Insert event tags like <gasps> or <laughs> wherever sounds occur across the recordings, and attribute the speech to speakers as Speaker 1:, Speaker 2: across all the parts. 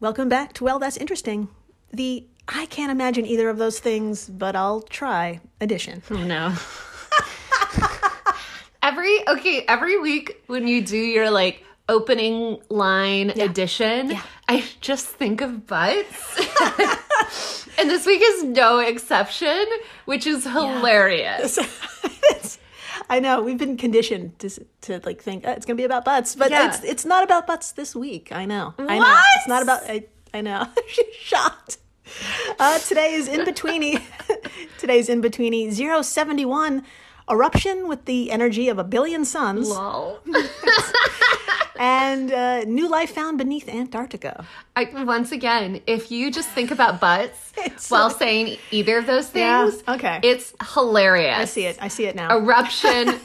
Speaker 1: Welcome back to Well, That's Interesting. The I can't imagine either of those things, but I'll try
Speaker 2: <laughs>
Speaker 1: edition.
Speaker 2: Oh no. every okay, every week when you do your like opening line edition, I just think of butts. <laughs> and this week is no exception, which is hilarious.
Speaker 1: <laughs> It's- I know we've been conditioned to, s- to like think "Oh, it's going to be about butts, but
Speaker 2: Yeah.
Speaker 1: it's it's not about butts this week. I know. I know.
Speaker 2: What?
Speaker 1: It's not about. I, I know. <laughs> She's shocked. Uh, today is in betweeny. <laughs> Today's in betweeny 071 eruption with the energy of a billion suns
Speaker 2: Lol.
Speaker 1: and uh, new life found beneath Antarctica.
Speaker 2: I, once again, if you just think about butts
Speaker 1: <laughs> It's
Speaker 2: while
Speaker 1: like-
Speaker 2: saying either of those
Speaker 1: Yeah,
Speaker 2: things,
Speaker 1: okay.
Speaker 2: it's hilarious.
Speaker 1: I see it. I see it now. <laughs>
Speaker 2: Eruption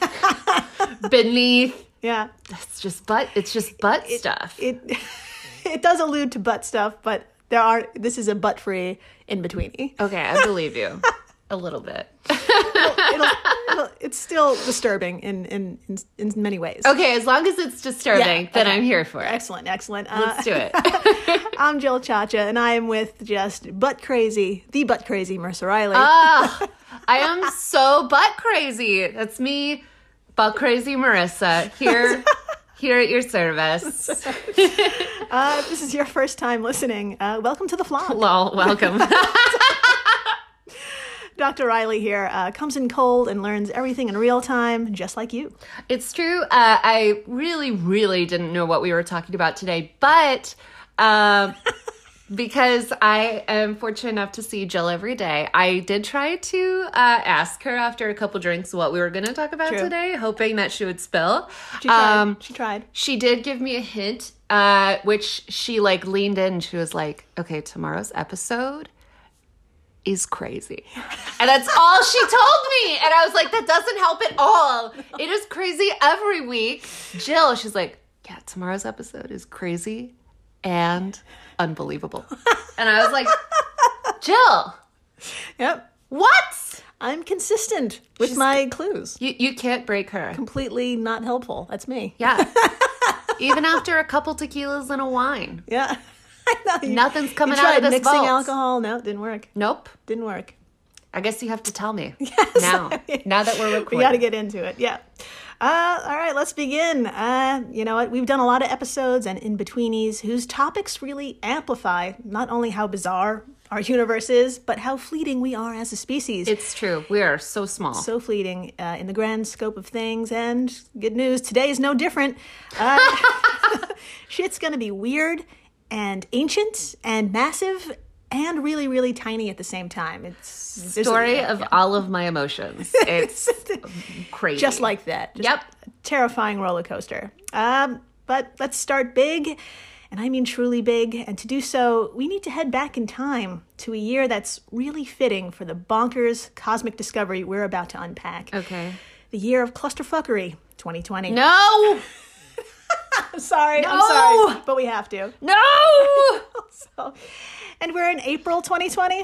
Speaker 2: beneath.
Speaker 1: yeah.
Speaker 2: It's just butt. It's just butt stuff.
Speaker 1: It <laughs> it does allude to butt stuff, but there are this is a butt free in betweeny.
Speaker 2: okay, I believe you <laughs> a little bit.
Speaker 1: it'll, it'll, it's still disturbing in, in, in, in many ways.
Speaker 2: Okay, as long as it's disturbing,
Speaker 1: Yeah,
Speaker 2: then
Speaker 1: okay.
Speaker 2: I'm here for it.
Speaker 1: Excellent, excellent. Uh,
Speaker 2: Let's do <laughs> it.
Speaker 1: I'm Jill Chacha, and I am with just butt crazy, the butt crazy Mercer Riley.
Speaker 2: Ah, I am so butt crazy. That's me, butt crazy Marissa <laughs> here, here at your service.
Speaker 1: Uh, if this is your first time listening, uh, welcome to the flock.
Speaker 2: <laughs> Lol, welcome.
Speaker 1: Dr. Riley here uh, comes in cold and learns everything in real time, just like you.
Speaker 2: It's true. Uh, I really, really didn't know what we were talking about today, but
Speaker 1: <laughs>
Speaker 2: um, because I am fortunate enough to see Jill every day, I did try to uh, ask her after a couple drinks what we were going to talk about
Speaker 1: True.
Speaker 2: today, hoping that she would spill.
Speaker 1: She tried.
Speaker 2: Um,
Speaker 1: she tried.
Speaker 2: she did give me a hint, uh, which she like leaned in. She was like, "Okay, tomorrow's episode." Is
Speaker 1: <laughs>
Speaker 2: crazy. And that's all she told me. And I was like, that doesn't help at all. It is crazy every week. Jill, she's like, yeah, tomorrow's episode is crazy and unbelievable. And I was like, Jill,
Speaker 1: Yep.
Speaker 2: what?
Speaker 1: I'm consistent with my clues.
Speaker 2: You, you can't break her.
Speaker 1: Completely not helpful. That's me. <laughs>
Speaker 2: Yeah. Even after a couple tequilas and a wine.
Speaker 1: Yeah. <laughs> I know you-
Speaker 2: Nothing's coming
Speaker 1: you
Speaker 2: out of
Speaker 1: tried
Speaker 2: this
Speaker 1: mixing
Speaker 2: vault.
Speaker 1: alcohol. No, didn't work.
Speaker 2: Nope.
Speaker 1: Didn't work.
Speaker 2: I guess you have to
Speaker 1: <laughs>
Speaker 2: tell me now. Now that we're recording,
Speaker 1: We got to get into it. Yeah. Uh, all right, let's begin. Uh, you know what? We've done a lot of episodes and in betweenies whose topics really amplify not only how bizarre our universe is, but how fleeting we are as a species.
Speaker 2: it's true. We are so small.
Speaker 1: so fleeting uh, in the grand scope of things. And good news, today is no different. Uh, <laughs> shit's gonna be weird and ancient and massive and really, really tiny at the same time. It's there's a-
Speaker 2: Story of all of
Speaker 1: <laughs>
Speaker 2: my emotions. It's crazy.
Speaker 1: just like that. Just
Speaker 2: Yep.
Speaker 1: a Terrifying roller coaster. Um, but let's start big, and I mean truly big. And to do so, we need to head back in time to a year that's really fitting for the bonkers cosmic discovery we're about to unpack.
Speaker 2: Okay.
Speaker 1: The year of clusterfuckery, 2020.
Speaker 2: No,
Speaker 1: I'm sorry. I'm
Speaker 2: No!
Speaker 1: sorry. But we have to. <laughs>
Speaker 2: no,
Speaker 1: So, and we're in April 2020.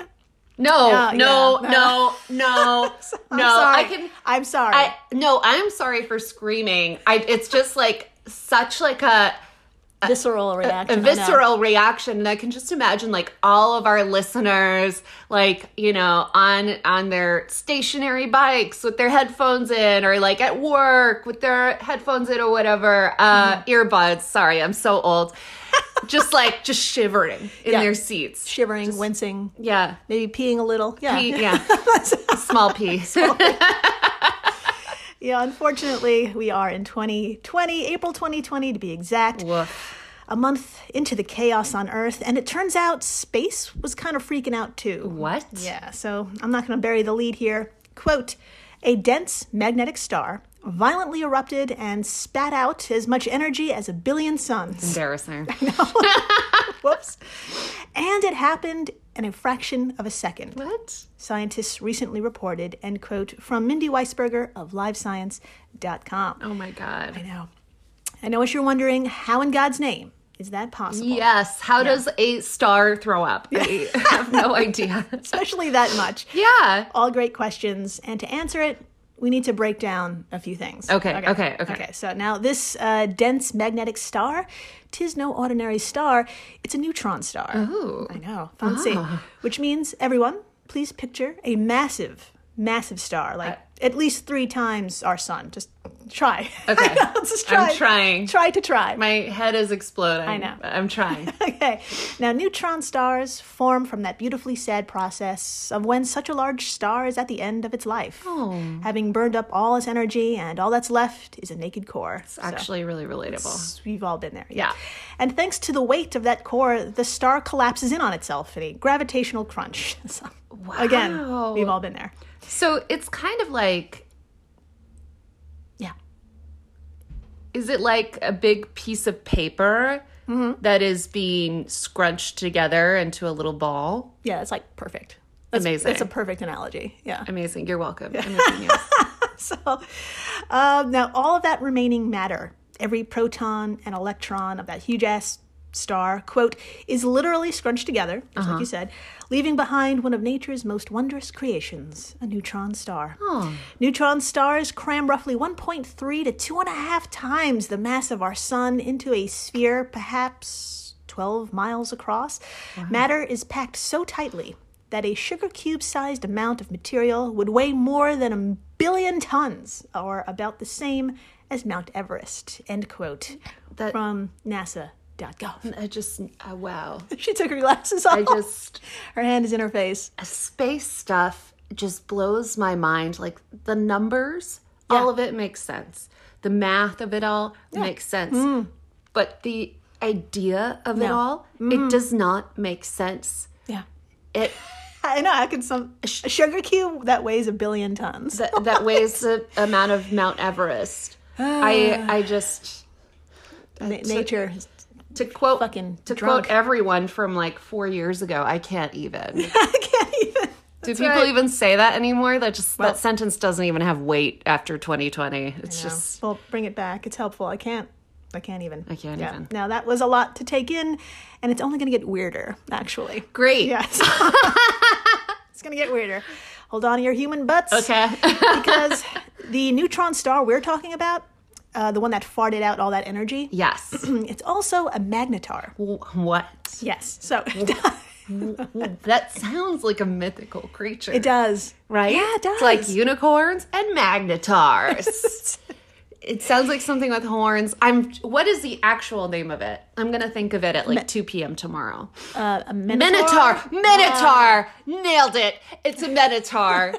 Speaker 2: no, no, no,
Speaker 1: yeah. <laughs>
Speaker 2: no, no.
Speaker 1: I'm sorry.
Speaker 2: I can.
Speaker 1: I'm sorry.
Speaker 2: I no. I'm sorry for screaming. I. It's just like such like a
Speaker 1: visceral reaction.
Speaker 2: a
Speaker 1: I know.
Speaker 2: uh, visceral reaction and i can just imagine like all of our listeners like you know on on their stationary bikes with their headphones in or like at work with their headphones in or whatever uh earbuds sorry i'm so old just like just shivering in
Speaker 1: Yeah.
Speaker 2: their seats
Speaker 1: Shivering, wincing,
Speaker 2: yeah
Speaker 1: maybe peeing a little. Yeah. <laughs>
Speaker 2: P- yeah small p <laughs>
Speaker 1: Yeah, unfortunately, we are in 2020, April 2020 to be exact,
Speaker 2: Woof.
Speaker 1: a month into the chaos on Earth, and it turns out space was kind of freaking out too.
Speaker 2: what
Speaker 1: Yeah, so I'm not going to bury the lead here. Quote A dense magnetic star violently erupted and spat out as much energy as a billion
Speaker 2: <laughs>
Speaker 1: suns.
Speaker 2: embarrassing
Speaker 1: Whoops. And it happened in a fraction of a second
Speaker 2: what
Speaker 1: scientists recently reported, end quote, from Mindy Weisberger of LiveScience.com.
Speaker 2: oh my god
Speaker 1: I know. I know what you're wondering. How in God's name is that possible?
Speaker 2: yes how does a star throw up i <laughs> have no idea
Speaker 1: <laughs> Especially that much.
Speaker 2: yeah
Speaker 1: All great questions. And to answer it, we need to break down a few things.
Speaker 2: Okay, okay, okay.
Speaker 1: so now this uh, dense magnetic star, tis no ordinary star, it's a neutron star.
Speaker 2: Ooh.
Speaker 1: I know, fancy.
Speaker 2: Ah.
Speaker 1: Which means, everyone, please picture a massive, massive star, like at least three times our sun. Just try. <laughs>
Speaker 2: Okay.
Speaker 1: I know, just try.
Speaker 2: I'm trying.
Speaker 1: Try to try.
Speaker 2: My head is exploding. I
Speaker 1: know.
Speaker 2: I'm
Speaker 1: <laughs>
Speaker 2: trying.
Speaker 1: Okay. Now, neutron stars form from that beautifully sad process of when such a large star is at the end of its life,
Speaker 2: Oh.
Speaker 1: having burned up all its energy, and all that's left is a naked core. So,
Speaker 2: Actually, really relatable.
Speaker 1: we've all been there.
Speaker 2: Yeah.
Speaker 1: And thanks to the weight of that core, the star collapses in on itself in a gravitational crunch. <laughs> So, Again,
Speaker 2: Wow.
Speaker 1: we've all been there.
Speaker 2: So it's kind of like
Speaker 1: Yeah.
Speaker 2: Is it like a big piece of paper
Speaker 1: Mm-hmm.
Speaker 2: that is being scrunched together into a little ball?
Speaker 1: Yeah, it's like perfect. That's,
Speaker 2: Amazing.
Speaker 1: That's a perfect analogy. Yeah.
Speaker 2: Amazing. You're welcome.
Speaker 1: <laughs>
Speaker 2: Amazing news.
Speaker 1: So, um, now all of that remaining matter, every proton and electron of that huge ass star, quote, is literally scrunched together, just like you said, leaving behind one of nature's most wondrous creations, a neutron star. Neutron stars cram roughly 1.3 to two and a half times the mass of our sun into a sphere, perhaps 12 miles across. Matter is packed so tightly that a sugar cube sized amount of material would weigh more than a billion tons, or about the same as Mount Everest. End quote.
Speaker 2: That-
Speaker 1: From NASA.gov.
Speaker 2: I just, uh, wow.
Speaker 1: <laughs> She took her glasses off.
Speaker 2: I just,
Speaker 1: her hand is in her face.
Speaker 2: space stuff just blows my mind. Like the numbers, all of it makes sense. The math of it all makes sense. But the idea of it
Speaker 1: No.
Speaker 2: all, it does not make sense.
Speaker 1: Yeah.
Speaker 2: It
Speaker 1: I know, I can some a sh- a sugar cube that weighs a billion tons.
Speaker 2: that, that weighs the amount of Mount Everest. I I just
Speaker 1: Na- nature. is-
Speaker 2: to quote
Speaker 1: Fucking
Speaker 2: to
Speaker 1: drunk.
Speaker 2: quote everyone from like four years ago. I can't even.
Speaker 1: <laughs> I can't even.
Speaker 2: Do people
Speaker 1: right.
Speaker 2: even say that anymore? That just that sentence doesn't even have weight after 2020. It's
Speaker 1: No.
Speaker 2: just
Speaker 1: well bring it back it's helpful i can't i can't even i
Speaker 2: can't even.
Speaker 1: now that was a lot to take in and it's only going to get weirder
Speaker 2: <laughs>
Speaker 1: actually
Speaker 2: great.
Speaker 1: yes <laughs> it's going to get weirder hold on to your human butts <laughs>
Speaker 2: Okay. <laughs>
Speaker 1: because the neutron star we're talking about uh, the one that farted out all that energy mm,
Speaker 2: yes.
Speaker 1: it's also a magnetar
Speaker 2: W- what?
Speaker 1: yes so <laughs>
Speaker 2: That sounds like a mythical creature.
Speaker 1: it does
Speaker 2: right?
Speaker 1: yeah it does
Speaker 2: It's like unicorns
Speaker 1: <laughs>
Speaker 2: and magnetars. it sounds like something with horns. I'm. What is the actual name of it? I'm gonna think of it at like 2 p.m. tomorrow.
Speaker 1: uh, a minotaur, <laughs>
Speaker 2: Minotaur. Minotaur. Nailed it. It's
Speaker 1: <laughs>
Speaker 2: a minotaur.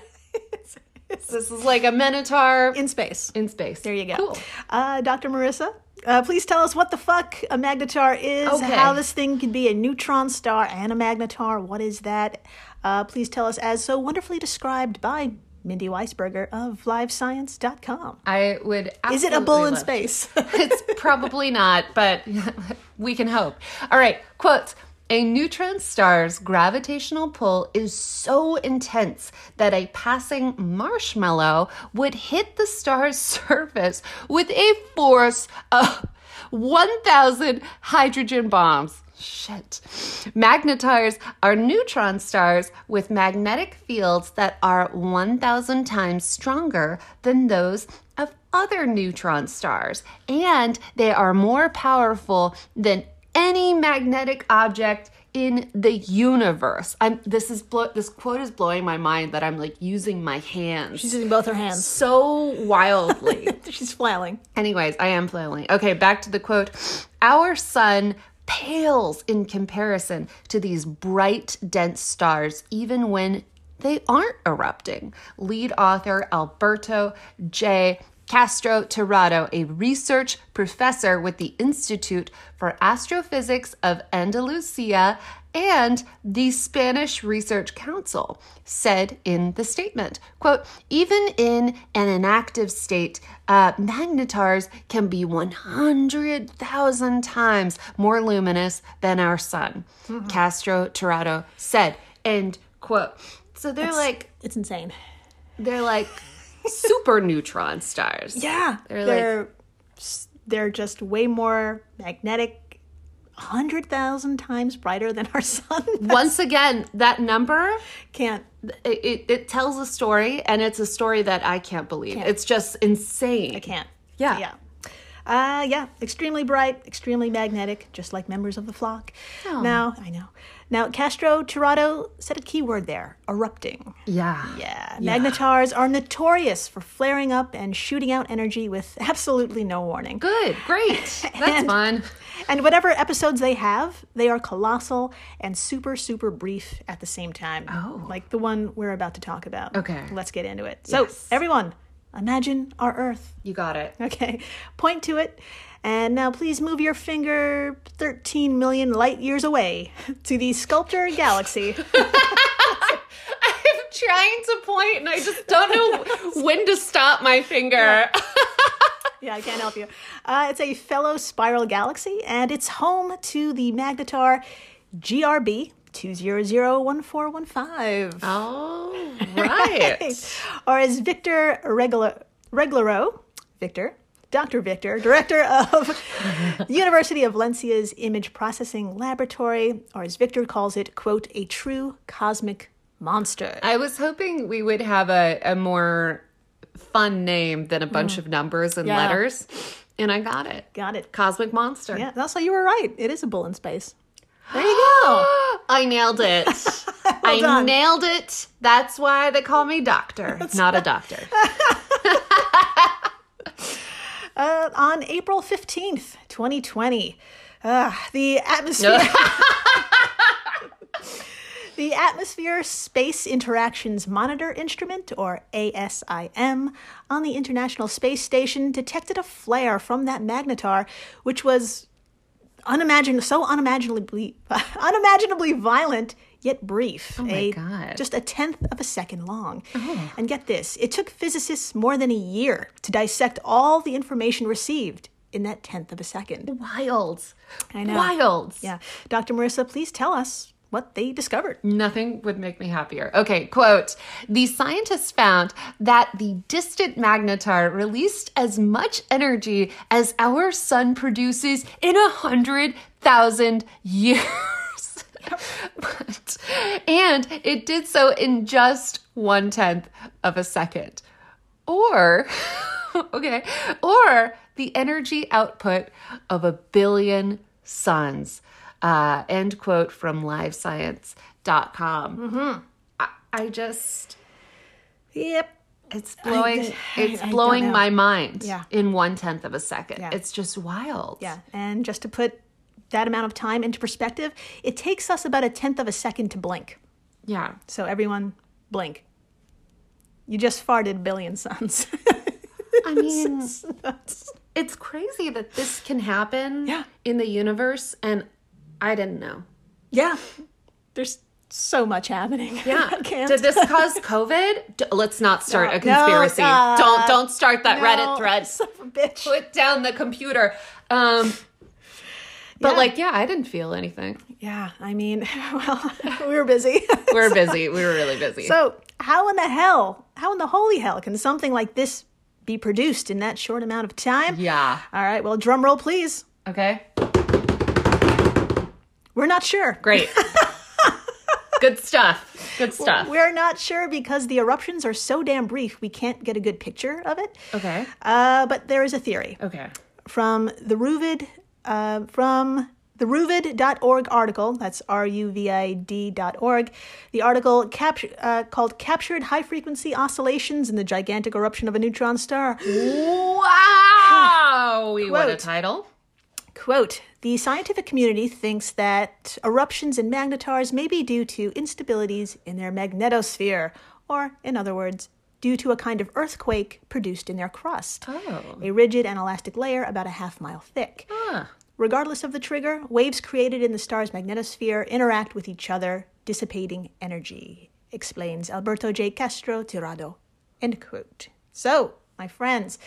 Speaker 2: this is like a minotaur in,
Speaker 1: in space
Speaker 2: space.
Speaker 1: There you go.
Speaker 2: Cool.
Speaker 1: Uh, Dr. Marissa, uh, please tell us what the fuck a magnetar is,
Speaker 2: Okay.
Speaker 1: how this thing can be a neutron star and a magnetar. What is that? Uh, please tell us, as so wonderfully described by Mindy Weisberger of LiveScience.com.
Speaker 2: I would.
Speaker 1: Is it a bull in
Speaker 2: absolutely love-
Speaker 1: space?
Speaker 2: <laughs>
Speaker 1: <laughs>
Speaker 2: it's probably not, but <laughs> we can hope. All right, quotes. A neutron star's gravitational pull is so intense that a passing marshmallow would hit the star's <laughs> surface with a force of 1,000 hydrogen bombs. Shit. Magnetars are neutron stars with magnetic fields that are 1,000 times stronger than those of other neutron stars, and they are more powerful than any magnetic object in the universe. I'm this is blo- this quote is blowing my mind that I'm like using my hands
Speaker 1: She's using both her hands.
Speaker 2: so wildly.
Speaker 1: <laughs> She's flailing.
Speaker 2: Anyways, I am flailing. Okay, back to the quote. Our sun pales in comparison to these bright, dense stars, even when they aren't erupting. Lead author Alberto J. Castro Tirado, a research professor with the Institute for Astrophysics of Andalusia and the Spanish Research Council said in the statement, quote, even in an inactive state, uh, magnetars can be 100,000 times more luminous than our sun,
Speaker 1: Mm-hmm.
Speaker 2: Castro Tirado said, end quote. So they're like,
Speaker 1: It's insane.
Speaker 2: they're like super neutron stars.
Speaker 1: <laughs> Yeah.
Speaker 2: They're
Speaker 1: They're,
Speaker 2: like-
Speaker 1: they're, just way more magnetic, 100,000 times brighter than our <laughs> sun.
Speaker 2: Once again, that number
Speaker 1: Can't.
Speaker 2: it, it, it tells a story, and it's a story that I can't believe. It's just insane.
Speaker 1: I can't.
Speaker 2: Yeah.
Speaker 1: Yeah. Uh, yeah, extremely bright, extremely magnetic, just like members of the flock.
Speaker 2: Oh.
Speaker 1: Now, I know. Now, Castro Tirado said a key word there erupting.
Speaker 2: Yeah.
Speaker 1: Yeah. Magnetars are notorious for flaring up and shooting out energy with <laughs> absolutely no warning.
Speaker 2: Good. <laughs> Great. That's fun.
Speaker 1: And whatever episodes they have, they are colossal and super, super brief at the same time.
Speaker 2: Oh.
Speaker 1: Like the one we're about to talk about.
Speaker 2: Okay.
Speaker 1: Let's get into it. So, everyone, imagine our Earth.
Speaker 2: You got it.
Speaker 1: <laughs> Okay. Point to it. And now please move your finger 13 million light years away <laughs> to the sculptor galaxy.
Speaker 2: <laughs> I'm trying to point, and I just <laughs> don't know when to stop my <laughs> finger.
Speaker 1: yeah, I can't help you. Uh, it's a fellow spiral galaxy, and it's home to the magnetar GRB 2001415.
Speaker 2: Oh, right.
Speaker 1: or as Victor Regula- Reglero, Victor, Dr. Victor, director of <laughs> University of Valencia's Image Processing Laboratory, or as Victor calls it, quote, a true cosmic monster.
Speaker 2: I was hoping we would have a, a more fun name than a bunch of numbers and
Speaker 1: Yeah.
Speaker 2: letters, and I Mm. got it.
Speaker 1: Got it.
Speaker 2: Cosmic Monster.
Speaker 1: Yeah, also you were right. It is a bull in space.
Speaker 2: There you <gasps> go. I nailed it. <laughs> I
Speaker 1: done.
Speaker 2: nailed it. That's why they call me doctor, not a doctor. <laughs>
Speaker 1: Uh, on April 15th, 2020, uh, the atmosphere.
Speaker 2: <laughs>
Speaker 1: The Atmosphere Space Interactions Monitor Instrument, or ASIM, on the International Space Station detected a flare from that magnetar, which was unimaginable, so unimaginably, <laughs> unimaginably violent, yet brief. Oh
Speaker 2: my
Speaker 1: a,
Speaker 2: God. Oh.
Speaker 1: Just a tenth of a second long. And get this it took physicists more than a year to dissect all the information received in that tenth of a second.
Speaker 2: Wild.
Speaker 1: I know.
Speaker 2: Wild.
Speaker 1: Yeah. Dr. Marissa, please tell us what they discovered.
Speaker 2: Nothing would make me happier. Okay, quote The scientists found that the distant magnetar released as much energy as our sun produces in a hundred thousand years. but, and it did so in just one tenth of a second. Or, <laughs> okay, or the energy output of a billion suns. Uh, end quote from livescience.com. I, I just,
Speaker 1: Mm-hmm. Yep.
Speaker 2: it's blowing,
Speaker 1: I-
Speaker 2: it's
Speaker 1: I don't
Speaker 2: blowing
Speaker 1: know.
Speaker 2: my mind
Speaker 1: Yeah.
Speaker 2: in one tenth of a second. It's just wild.
Speaker 1: Yeah, and just to put that amount of time into perspective, it takes us about a tenth of a second to blink.
Speaker 2: Yeah.
Speaker 1: So everyone, blink. You just farted a billion suns. <laughs>
Speaker 2: I mean, it's crazy that this can happen
Speaker 1: Yeah.
Speaker 2: in the universe. And I didn't know.
Speaker 1: yeah, there's so much happening. <laughs>
Speaker 2: Yeah.
Speaker 1: I can't.
Speaker 2: Did this cause COVID? D- let's not start a
Speaker 1: No,
Speaker 2: conspiracy.
Speaker 1: uh,
Speaker 2: don't don't start that
Speaker 1: No,
Speaker 2: Reddit thread.
Speaker 1: son of a bitch.
Speaker 2: Put down the computer. Um, but
Speaker 1: Yeah.
Speaker 2: like, yeah, I didn't feel anything.
Speaker 1: Yeah, I mean, <laughs> well, we were busy. <laughs>
Speaker 2: We were busy. We were really busy.
Speaker 1: so how in the hell, how in the holy hell, can something like this be produced in that short amount of time?
Speaker 2: yeah.
Speaker 1: All right. Well, drum roll, please.
Speaker 2: Okay.
Speaker 1: We're not sure. <laughs>
Speaker 2: Great. Good stuff. Good stuff.
Speaker 1: We're not sure because the eruptions are so damn brief, we can't get a good picture of it.
Speaker 2: Okay.
Speaker 1: Uh, but there is a theory
Speaker 2: Okay.
Speaker 1: from the Ruvid, uh, from the Ruvid.org article. That's R U V I D dot org. The article cap- uh, called "Captured High Frequency Oscillations in the Gigantic Eruption of a Neutron Star."
Speaker 2: Wow. We what a
Speaker 1: Quote.
Speaker 2: title.
Speaker 1: Quote, the scientific community thinks that eruptions in magnetars may be due to instabilities in their magnetosphere, or, in other words, due to a kind of earthquake produced in their crust,
Speaker 2: Oh.
Speaker 1: a rigid and elastic layer about a half mile thick.
Speaker 2: Huh.
Speaker 1: Regardless of the trigger, waves created in the star's magnetosphere interact with each other, dissipating energy, explains Alberto J. Castro Tirado. End quote. So, my friends,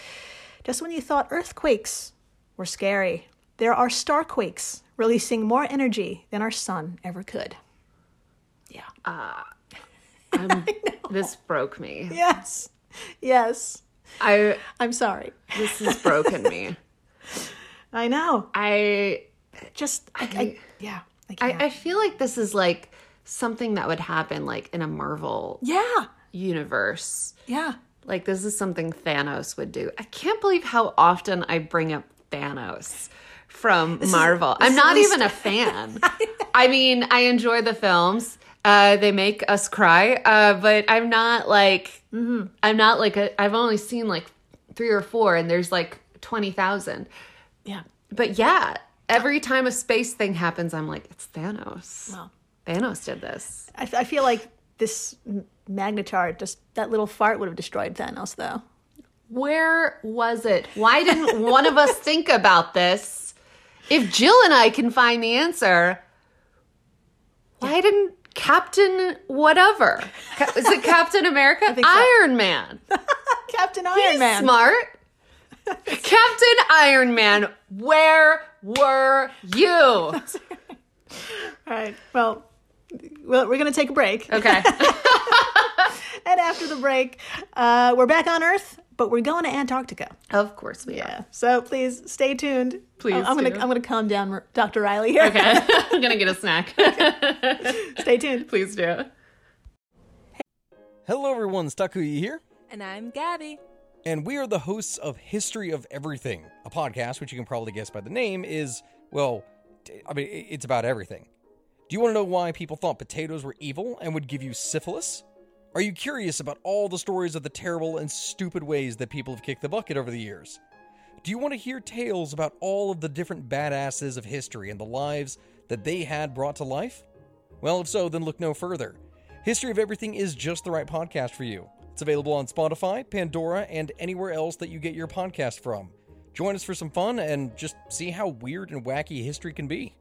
Speaker 1: just when you thought earthquakes were scary, there are starquakes releasing more energy than our sun ever could. Yeah.
Speaker 2: Um, This broke me.
Speaker 1: <laughs> yes. Yes.
Speaker 2: I
Speaker 1: I'm sorry.
Speaker 2: this has broken me.
Speaker 1: I know.
Speaker 2: I
Speaker 1: just I, I, yeah. I
Speaker 2: I,
Speaker 1: can't.
Speaker 2: I feel like this is like something that would happen like in a Marvel
Speaker 1: yeah,
Speaker 2: universe.
Speaker 1: yeah.
Speaker 2: Like this is something Thanos would do. I can't believe how often I bring up Thanos from Marvel. I'm not even a fan. I mean, I enjoy the films. Uh, they make us cry, uh, but I'm not like I'm not like a, I've only seen like three or four, and there's like twenty thousand.
Speaker 1: Yeah.
Speaker 2: But yeah, every time a space thing happens, I'm like, it's Thanos.
Speaker 1: Well.
Speaker 2: Thanos did this.
Speaker 1: I, f- I feel like this m- magnetar just that little fart would have destroyed Thanos though.
Speaker 2: Where was it? Why didn't one of us think about this? If Jill and I can find the answer, why didn't Captain whatever? Ca- Is it Captain <laughs> America? Iron Man.
Speaker 1: Captain Iron Man.
Speaker 2: Smart. Captain Iron Man, where were you?
Speaker 1: All right. Well, well, we're gonna take a break,
Speaker 2: <laughs> Okay.
Speaker 1: and after the break, uh, we're back on Earth, but we're going to Antarctica.
Speaker 2: Of course we are.
Speaker 1: Yeah. So please stay tuned.
Speaker 2: Please
Speaker 1: I'm gonna
Speaker 2: do.
Speaker 1: I'm gonna calm down, R- Dr. Riley. Here.
Speaker 2: Okay. <laughs> I'm going to get a snack.
Speaker 1: <laughs>
Speaker 2: <laughs>
Speaker 1: Stay tuned.
Speaker 2: Please do.
Speaker 3: Hello, everyone. Stakuyi here,
Speaker 4: And I'm Gabby.
Speaker 3: and we are the hosts of History of Everything, a podcast which you can probably guess by the name is, well, t- I mean, i- it's about everything. Do you want to know why people thought potatoes were evil and would give you syphilis? Are you curious about all the stories of the terrible and stupid ways that people have kicked the bucket over the years? Do you want to hear tales about all of the different badasses of history and the lives that they had brought to life? Well, if so, then look no further. History of Everything is just the right podcast for you. It's available on Spotify, Pandora, and anywhere else that you get your podcast from. Join us for some fun and just see how weird and wacky history can be.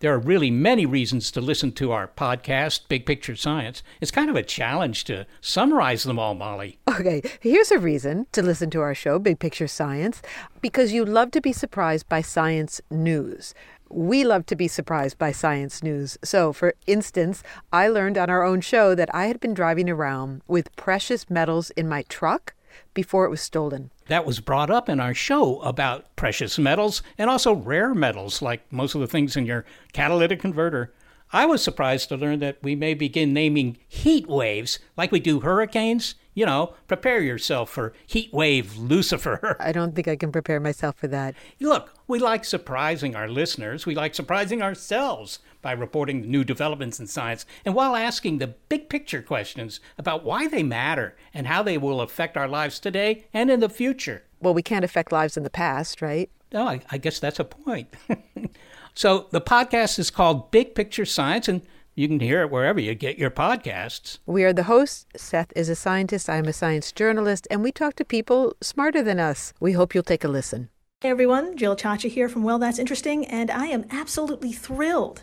Speaker 5: There are really many reasons to listen to our podcast, Big Picture Science. It's kind of a challenge to summarize them all, Molly.
Speaker 6: Okay, here's a reason to listen to our show, Big Picture Science, because you love to be surprised by science news. We love to be surprised by science news. So, for instance, I learned on our own show that I had been driving around with precious metals in my truck before it was stolen.
Speaker 5: That was brought up in our show about precious metals and also rare metals, like most of the things in your catalytic converter. I was surprised to learn that we may begin naming heat waves like we do hurricanes. You know, prepare yourself for heat wave Lucifer. <laughs>
Speaker 6: I don't think I can prepare myself for that.
Speaker 5: Look, we like surprising our listeners. We like surprising ourselves by reporting the new developments in science and while asking the big picture questions about why they matter and how they will affect our lives today and in the future.
Speaker 6: Well, we can't affect lives in the past, right?
Speaker 5: Oh, I, I guess that's a point. <laughs> so the podcast is called Big Picture Science, and you can hear it wherever you get your podcasts.
Speaker 6: We are the hosts. Seth is a scientist, I'm a science journalist, and we talk to people smarter than us. We hope you'll take a listen.
Speaker 1: Hey everyone, Jill Chacha here from Well That's Interesting, and I am absolutely thrilled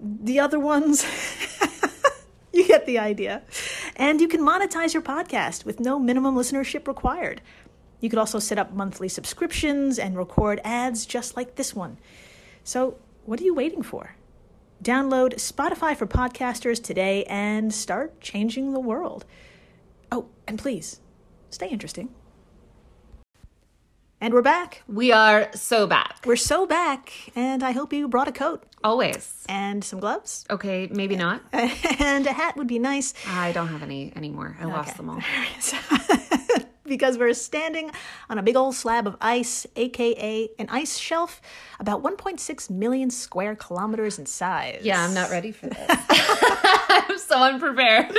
Speaker 1: the other ones. <laughs> you get the idea. And you can monetize your podcast with no minimum listenership required. You could also set up monthly subscriptions and record ads just like this one. So, what are you waiting for? Download Spotify for podcasters today and start changing the world. Oh, and please stay interesting. And we're back.
Speaker 2: We are so back.
Speaker 1: We're so back, and I hope you brought a coat
Speaker 2: Always.
Speaker 1: and some gloves <laughs>
Speaker 2: Okay, maybe <laughs> not.
Speaker 1: and a hat would be nice <laughs>
Speaker 2: I don't have any anymore. I lost them <laughs> all.
Speaker 1: because we're standing on a big old slab of ice, aka an ice shelf about 1.6 million square kilometers in size.
Speaker 2: Yeah, I'm not ready for this. <laughs> I'm so unprepared.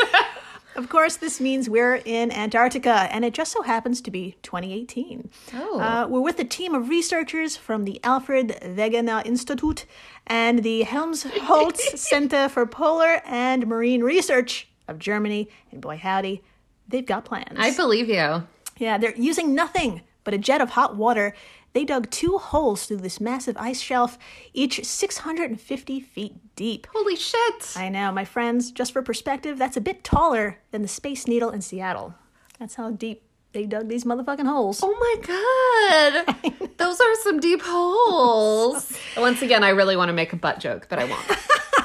Speaker 1: Of course, this means we're in Antarctica, and it just so happens to be 2018.
Speaker 2: Oh.
Speaker 1: Uh, we're with a team of researchers from the Alfred Wegener Institute and the Helmholtz Center for Polar and Marine Research of Germany. And boy, howdy, they've got plans.
Speaker 2: I believe you.
Speaker 1: yeah, they're using nothing but a jet of hot water They dug two holes through this massive ice shelf, each 650 feet deep.
Speaker 2: Holy shit.
Speaker 1: I know, my friends, just for perspective, that's a bit taller than the Space Needle in Seattle. That's how deep they dug these motherfucking holes. <laughs>
Speaker 2: Oh <laughs> my god. Those are some deep <laughs> holes. Once again, I really want to make a butt joke, but I won't.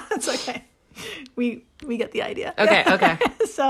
Speaker 1: That's okay. We we get the idea.
Speaker 2: Okay,
Speaker 1: <laughs>
Speaker 2: <laughs> okay.
Speaker 1: so,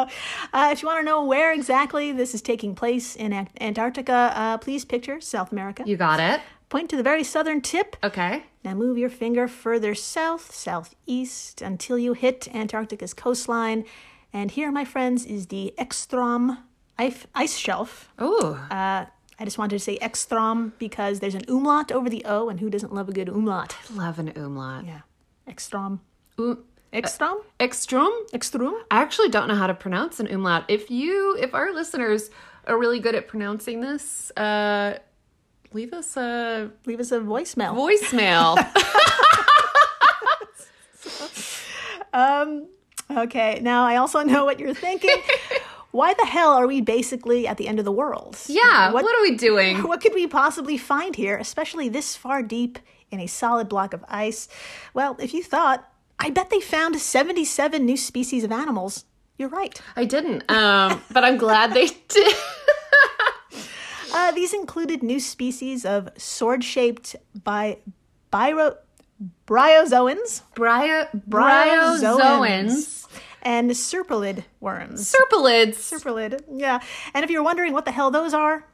Speaker 1: uh, if you want to know where exactly this is taking place in Ant- Antarctica, uh, please picture South America.
Speaker 2: You got it.
Speaker 1: Point to the very southern tip.
Speaker 2: Okay.
Speaker 1: Now move your finger further south, southeast, until you hit Antarctica's coastline. And here, my friends, is the Ekstrom Ice ice Shelf.
Speaker 2: Ooh.
Speaker 1: Uh, I just wanted to say Ekstrom because there's an umlaut over the O, and who doesn't love a good umlaut?
Speaker 2: Love an umlaut.
Speaker 1: Yeah. Ekstrom.
Speaker 2: Ooh.
Speaker 1: Ekstrom?
Speaker 2: Ekstrom?
Speaker 1: Ekstrom?
Speaker 2: I actually don't know how to pronounce an umlaut. If you, if our listeners are really good at pronouncing this, uh, leave us a
Speaker 1: Leave us a voicemail. <laughs>
Speaker 2: voicemail.
Speaker 1: Okay, now I also know what you're
Speaker 2: <laughs>
Speaker 1: thinking. Why the hell are we basically at the end of the world?
Speaker 2: yeah, what, are we doing?
Speaker 1: <laughs> What could we possibly find here, especially this far deep in a solid block of ice? Well, if you thought, I bet they found 77 new species of animals. You're right.
Speaker 2: I didn't, um, but I'm glad they <laughs> did.
Speaker 1: Uh, these included new species of sword-shaped by biro- bryozoans,
Speaker 2: Brio, bryozoans,
Speaker 1: and serpulid worms.
Speaker 2: serpelids.
Speaker 1: Serpulid, yeah. And if you're wondering what the hell those are,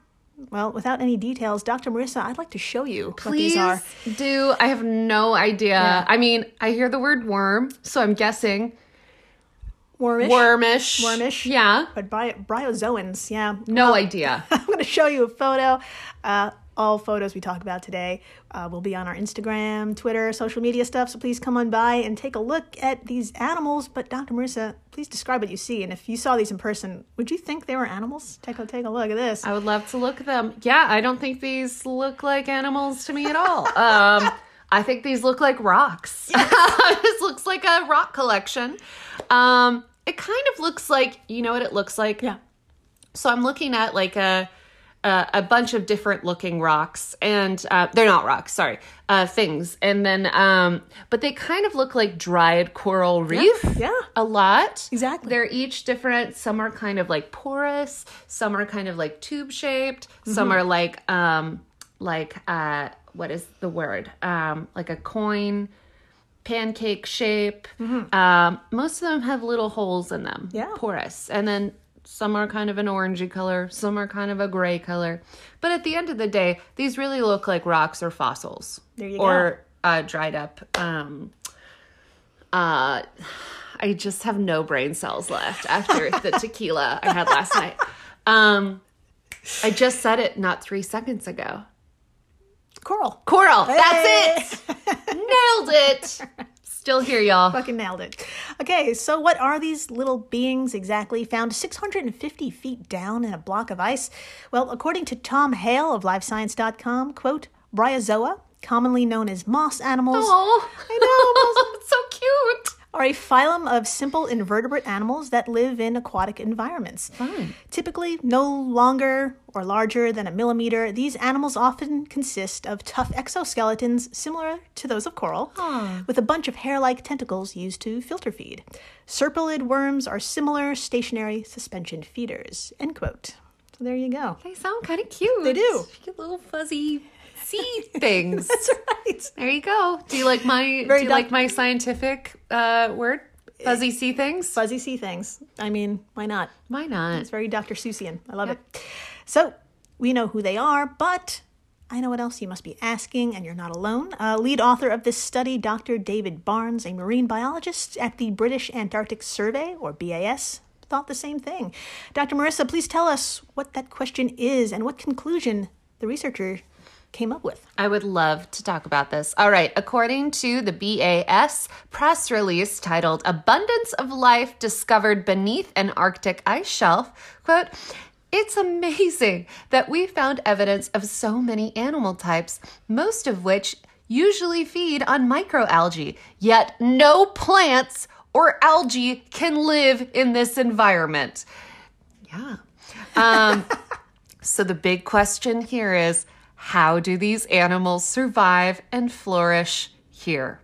Speaker 1: well, without any details, Dr. Marissa, I'd like to show you what
Speaker 2: Please
Speaker 1: these are.
Speaker 2: do. I have no idea. I mean, I hear the word worm, so I'm guessing
Speaker 1: Wormish.
Speaker 2: wormish.
Speaker 1: Wormish.
Speaker 2: Yeah.
Speaker 1: But bri- bryozoans, yeah.
Speaker 2: No idea.
Speaker 1: I'm going to show you a photo. Uh, all photos we talk about today uh, will be on our Instagram, Twitter, social media stuff. So please come on by and take a look at these animals. But Dr. Marissa, please describe what you see. And if you saw these in person, would you think they were animals? Take a take a look at this.
Speaker 2: I would love to look at them. Yeah, I don't think these look like animals to me
Speaker 1: <laughs>
Speaker 2: at all. Um, I think these look like rocks. <laughs> this looks like a rock collection. Um, it kind of looks like you know what it looks like.
Speaker 1: Yeah.
Speaker 2: So I'm looking at like a a, a bunch of different looking rocks, and uh, they're not rocks. Sorry, uh, things. And then, um, but they kind of look like dried coral reef.
Speaker 1: yeah.
Speaker 2: a lot.
Speaker 1: Exactly.
Speaker 2: They're each different. Some are kind of like porous. Some are kind of like tube shaped.
Speaker 1: Mm-hmm.
Speaker 2: Some are like um like uh what is the word um like a coin pancake shape. Um, most of them have little holes in them.
Speaker 1: Mm-hmm. Yeah.
Speaker 2: porous, and then some are kind of an orangey color. Some are kind of a gray color. But at the end of the day, these really look like rocks or fossils.
Speaker 1: There you
Speaker 2: or, uh, dried up um, uh, I just have no brain cells left after <laughs> the tequila I had last night. Um, I just said it not three seconds ago.
Speaker 1: Coral.
Speaker 2: Coral, that's it. Nailed it. Still here, y'all.
Speaker 1: Fucking nailed it. Okay, so what are these little beings exactly found 650 feet down in a block of ice? Well, according to Tom Hale of LifeScience.com, quote, Bryozoa, commonly known as moss animals,
Speaker 2: Oh,
Speaker 1: I
Speaker 2: know. it's <laughs> so cute.
Speaker 1: are a phylum of simple invertebrate animals that live in aquatic environments. Typically no longer or larger than a millimeter, these animals often consist of tough exoskeletons similar to those of coral, with a bunch of hair like tentacles used to filter feed. Serpulid worms are similar stationary suspension feeders. End quote. So there you go.
Speaker 2: They sound kind of cute.
Speaker 1: They do.
Speaker 2: Cute little fuzzy sea things.
Speaker 1: right.
Speaker 2: <laughs> There you go. Do you like my?
Speaker 1: Very
Speaker 2: do you
Speaker 1: doc-
Speaker 2: like my scientific uh, word? Fuzzy sea things.
Speaker 1: Fuzzy sea things. I mean, why not?
Speaker 2: Why not?
Speaker 1: It's very Dr. Seussian. I love it. So we know who they are, but I know what else you must be asking, and you're not alone. Uh, lead author of this study, Dr. David Barnes, a marine biologist at the British Antarctic Survey, or BAS, thought the same thing. Dr. Marissa, please tell us what that question is and what conclusion the researcher came up with.
Speaker 2: I would love to talk about this. All right, according to the BAS press release titled Abundance of Life Discovered Beneath an Arctic Ice Shelf, quote, it's amazing that we found evidence of so many animal types, most of which usually feed on microalgae, yet no plants or algae can live in this environment. Yeah. Um, so the big question here is How do these animals survive and flourish here?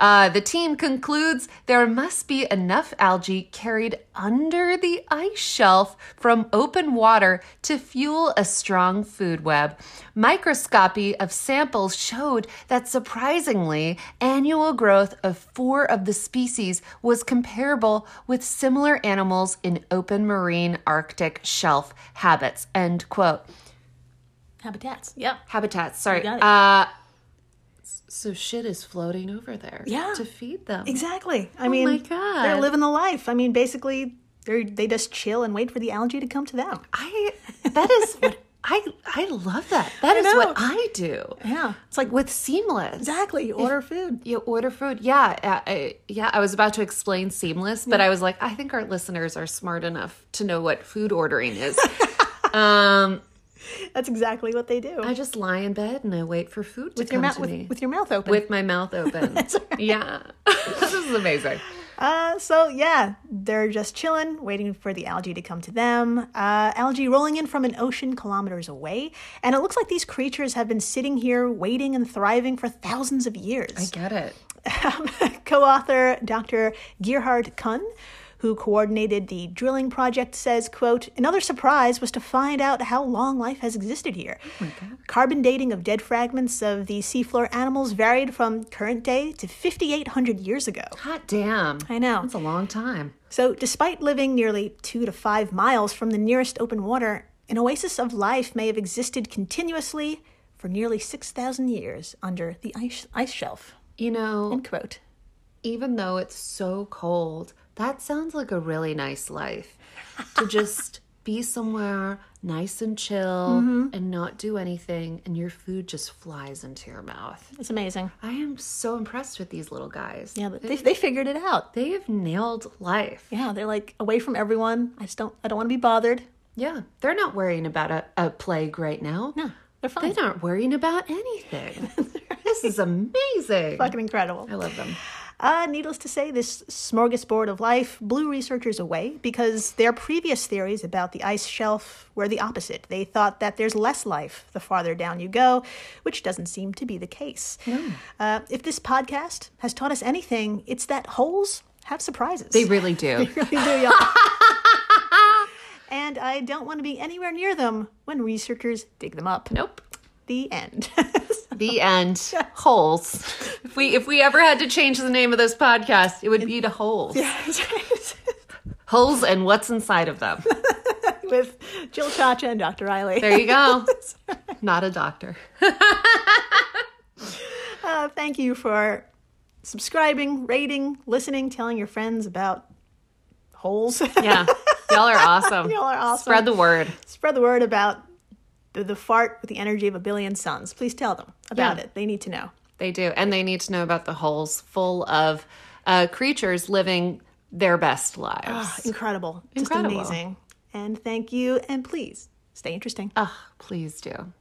Speaker 2: Uh, the team concludes there must be enough algae carried under the ice shelf from open water to fuel a strong food web. Microscopy of samples showed that surprisingly, annual growth of four of the species was comparable with similar animals in open marine Arctic shelf habits. End quote.
Speaker 1: Habitats. Yeah.
Speaker 2: Habitats, sorry.
Speaker 1: got it.
Speaker 2: Uh, s- so shit is floating over there
Speaker 1: Yeah.
Speaker 2: to feed them.
Speaker 1: Exactly. I mean,
Speaker 2: my God.
Speaker 1: they're living the life. I mean, basically, they they just chill and wait for the algae to come to them.
Speaker 2: I that is
Speaker 1: <laughs>
Speaker 2: what I I love that. That is
Speaker 1: know.
Speaker 2: what I do.
Speaker 1: Yeah.
Speaker 2: It's like with seamless.
Speaker 1: Exactly. You order food.
Speaker 2: You order food. Yeah, uh, I, yeah. I was about to explain seamless, but I was like, I think our listeners are smart enough to know what food ordering
Speaker 1: <laughs>
Speaker 2: is. um,
Speaker 1: That's exactly what they do.
Speaker 2: I just lie in bed and I wait for food to
Speaker 1: with your
Speaker 2: come
Speaker 1: mouth
Speaker 2: to me
Speaker 1: with, with your mouth open.
Speaker 2: with
Speaker 1: <laughs>
Speaker 2: my mouth open. Yeah, <laughs> this is amazing.
Speaker 1: Uh, so yeah, they're just chilling, waiting for the algae to come to them. Uh, algae rolling in from an ocean kilometers away, and it looks like these creatures have been sitting here, waiting and thriving for thousands of years.
Speaker 2: Get it.
Speaker 1: <laughs> Co author Dr. Um, Gerhard Kuhn, who coordinated the drilling project, says, quote, Another surprise was to find out how long life has existed here. Carbon dating of dead fragments of the seafloor animals varied from current day to 5,800 years ago.
Speaker 2: Hot damn.
Speaker 1: I know.
Speaker 2: That's a long time.
Speaker 1: So, despite living nearly two to five miles from the nearest open water, an oasis of life may have existed continuously for nearly 6,000 years under the ice, ice shelf.
Speaker 2: You know,
Speaker 1: End quote.
Speaker 2: even though it's so cold, that sounds like a really nice life
Speaker 1: <laughs>
Speaker 2: to just be somewhere nice and chill
Speaker 1: Mm-hmm.
Speaker 2: and not do anything and your food just flies into your mouth.
Speaker 1: It's amazing.
Speaker 2: I am so impressed with these little guys.
Speaker 1: Yeah, but they, they figured it out.
Speaker 2: They have nailed life.
Speaker 1: Yeah, they're like away from everyone. I just don't. I don't want to be bothered.
Speaker 2: Yeah. They're not worrying about a, a plague right now.
Speaker 1: No, they're fine.
Speaker 2: They aren't worrying
Speaker 1: <laughs>
Speaker 2: about anything. this is amazing.
Speaker 1: Fucking incredible.
Speaker 2: I love them.
Speaker 1: Uh, needless to say, this smorgasbord of life blew researchers away because their previous theories about the ice shelf were the opposite. They thought that there's less life the farther down you go, which doesn't seem to be the case. Uh, if this podcast has taught us anything, it's that holes have surprises. <laughs>
Speaker 2: They really do.
Speaker 1: really do, y'all. and I don't want to be anywhere near them when researchers dig them up.
Speaker 2: nope.
Speaker 1: The end. <laughs>
Speaker 2: <laughs> The end. Holes. If we if we ever had to change the name of this podcast, it would be to holes. Holes and what's inside of them.
Speaker 1: With Jill Chacha and Dr. Riley.
Speaker 2: There you <laughs> go. Not a doctor.
Speaker 1: Uh, thank you for subscribing, rating, listening, telling your friends about holes. <laughs>
Speaker 2: Yeah. <laughs> Y'all are awesome.
Speaker 1: Y'all are awesome.
Speaker 2: Spread the word.
Speaker 1: Spread the word about the, the fart with the energy of a billion suns. Please tell them about
Speaker 2: Yeah.
Speaker 1: it. They need to know.
Speaker 2: They do. And they need to know about the holes full of uh, creatures living their best lives.
Speaker 1: Incredible.
Speaker 2: Incredible.
Speaker 1: Just amazing. And thank you. And please stay interesting.
Speaker 2: Ugh, please do.